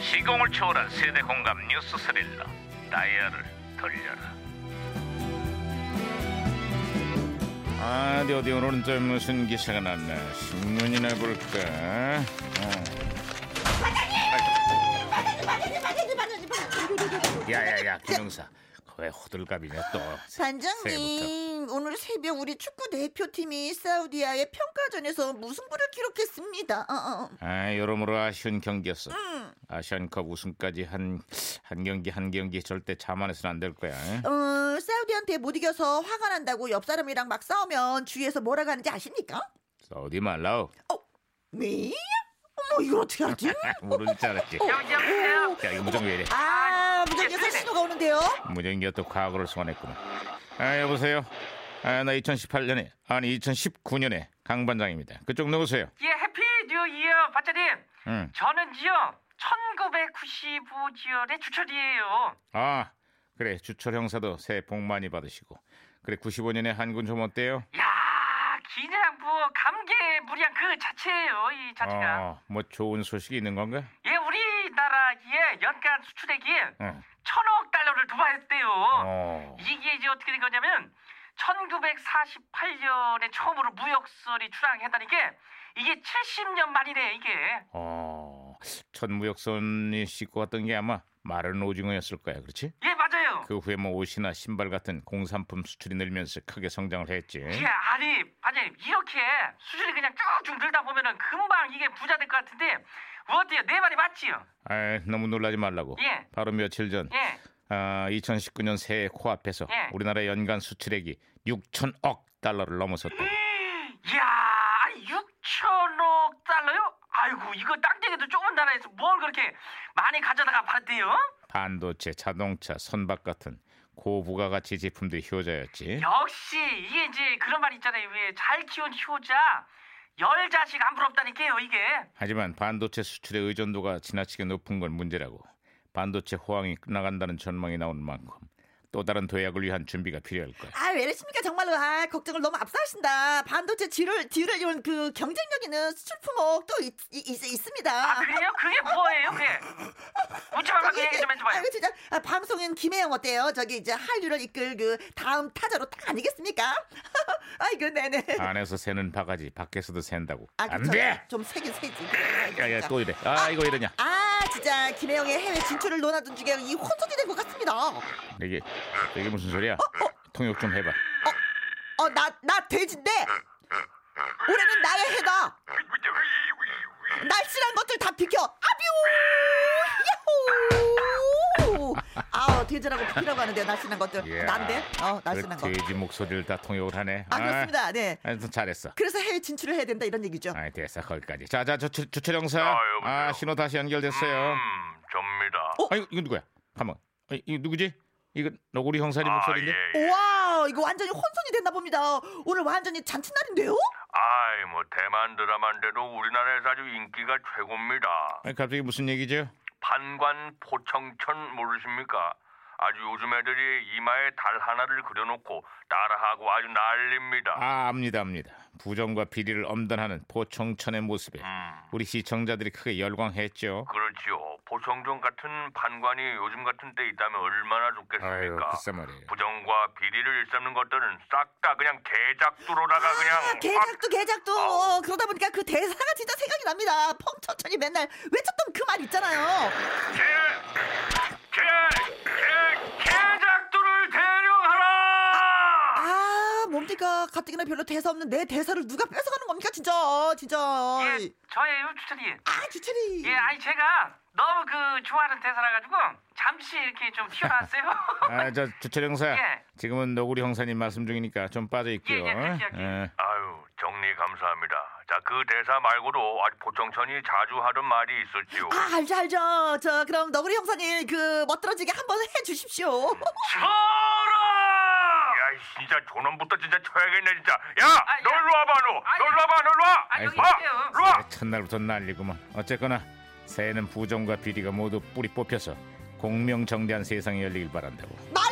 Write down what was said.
시공을 초월한 세대 공감 뉴스 스릴러 다이얼을 돌려라 아, 어디 어디 오늘은 또 무슨 기사가 났나 신문이나 볼까 어. 반장님, 반장님, 반장님, 반장님. 야야야 김영사 왜 호들갑이냐 또 반장님, 오늘 새벽 우리 축구 대표팀이 사우디아의 평가전에서 무승부를 기록했습니다. 어, 어. 아 여러모로 아쉬운 경기였어 음. 아시안컵 우승까지 한, 한 경기 한 경기 절대 자만해서는 안 될 거야 응? 어, 사우디한테 못 이겨서 화가 난다고 옆 사람이랑 막 싸우면 주위에서 뭐라고 하는지 아십니까? 어디 말라오 어, 왜? 어머, 이걸 어떻게 하지? 모르는 줄 어, 알았지 여보세요? 야 이거 무정기 왜 이래 아, 무전기에서 신호가 오는데요. 무전기가 또 과거를 소환했구만. 아 여보세요. 아 나 2018년에 아니 2019년에 강 반장입니다. 그쪽 누구세요? 예, 해피 뉴 이어 반장님. 응. 저는요 1995년의 주철이에요. 아 그래 주철 형사도 새해 복 많이 받으시고 그래 95년에 한군 좀 어때요? 야, 그냥 뭐 감개 무량 그 자체예요, 이 자체가. 어뭐 좋은 소식이 있는 건가? 예, 우리나라의 연간 수출액이 응. 천억 달러를 도달했대요. 어. 이게 이제 어떻게 된 거냐면 1948년에 처음으로 무역선이 출항했다는 게 이게 70년 만이래 이게. 어. 첫 무역선이 싣고 왔던 게 아마 마른 오징어였을 거야, 그렇지? 예, 맞아요. 그 후에 뭐 옷이나 신발 같은 공산품 수출이 늘면서 크게 성장을 했지. 예, 아니, 반장님 이렇게 수준이 그냥 쭉쭉 늘다 보면은 금방 이게 부자 될 것 같은데 어때요? 내 말이 맞지요? 아 너무 놀라지 말라고. 예. 바로 며칠 전 예, 아, 2019년 새해 코앞에서 예. 우리나라의 연간 수출액이 6천억 달러를 넘어섰다. 이야, 아니 6천억 달러요? 아이고, 이거 땅대기도 좁은 나라에서 뭘 그렇게 많이 가져다가 팔았대요? 반도체, 자동차, 선박 같은 고부가가치 제품들이 효자였지. 역시 이게 이제 그런 말 있잖아요. 왜 잘 키운 효자 열 자식 안 부럽다니까요, 이게. 하지만 반도체 수출의 의존도가 지나치게 높은 건 문제라고. 반도체 호황이 끝나간다는 전망이 나오는 만큼 또 다른 도약을 위한 준비가 필요할 거야. 아, 왜 이러십니까? 정말로, 아, 걱정을 너무 앞서하신다. 반도체 뒤를, 뒤를 이런 그 경쟁력 있는 수출 품목 또 있, 있, 있- 있습니다. 아, 그래요? 그게 뭐예요, 그게? 묻지 말고 그 얘기 좀 해줘봐요. 아, 그 진짜 아, 방송인 김혜영 어때요? 저기 이제 한류를 이끌 그 다음 타자로 딱 아니겠습니까? 아이고 네네. 안에서 새는 바가지, 밖에서도 샌다고. 아, 안 그쵸. 돼! 좀 세긴 세지. 야야 또 이래. 아 이거 이러냐. 아 진짜 김혜영의 해외 진출을 논하던 중에 이 혼선이 된 것 같습니다. 어나나 이게 이게 무슨 소리야? 통역 좀 해봐. 돼지인데 올해는 나의 해다. 날씬한 것들 다 비켜. 아뷰 야호. 아우 돼지라고 비키라고 하는데 날씬한 것들 야. 난데 어 날씬한 거. 그 돼지 목소리를 다 통역을 하네. 아 그렇습니다. 네. 하여튼 잘했어. 그래서 해외 진출을 해야 된다 이런 얘기죠. 아, 됐어 거기까지. 자자 주철 형사. 아, 여보세요? 아, 신호 다시 연결됐어요. 음, 접니다. 아 이거, 이거 누구야? 가만. 아, 이거 누구지? 이거 너구리 형사님 목소리인데. 예, 예. 와 이거 완전히 혼선이 됐나 봅니다. 오늘 완전히 잔칫날인데요? 아이, 뭐 대만 드라마인데도 우리나라에서 아주 인기가 최고입니다. 아니, 갑자기 무슨 얘기죠? 판관 포청천 모르십니까? 아주 요즘 애들이 이마에 달 하나를 그려놓고 따라하고 아주 난립니다. 아 압니다 압니다. 부정과 비리를 엄단하는 보청천의 모습에 음, 우리 시청자들이 크게 열광했죠. 그렇지요. 보청정 같은 판관이 요즘 같은 때 있다면 얼마나 아유 좋겠습니까? 글쎄 말이에요. 부정과 비리를 일삼는 것들은 싹 다 그냥 개작두로다가 그냥 아, 확- 개작도 개작도 어, 그러다 보니까 그 대사가 진짜 생각이 납니다. 펑천천이 맨날 외쳤던 그 말 있잖아요. 개, 개, 개, 개작두를 데려가라! 아 뭡니까 가뜩이나 별로 대사 없는 내 대사를 누가 뺏어가는 겁니까 진짜 진짜. 예, 저예요, 주철이. 아 주철이. 예, 아니 제가 너무 그 좋아하는 대사라 가지고 잠시 이렇게 좀 튀어나왔어요. 아저 주철 형사. 예. 지금은 너구리 형사님 말씀 중이니까 좀 빠져 있고요. 예, 예, 그렇게 할게요. 예. 아유, 정리 감사합니다. 자, 그 대사 말고도 아주 보청천이 자주 하던 말이 있었지요. 아 알죠 알죠. 저 그럼 너구리 형사님 그 멋들어지게 한번 해주십시오. 쳐라! 야, 이 진짜 저놈부터 진짜 쳐야겠네, 진짜. 야, 아, 야. 너 일로 와봐, 너! 아, 너 야. 일로 와봐, 너 일로 와! 아, 여기 와, 있어요. 일로 와! 아, 첫날부터 난리구만. 어쨌거나 새해는 부정과 비리가 모두 뿌리 뽑혀서 공명정대한 세상이 열리길 바란다고. 맞아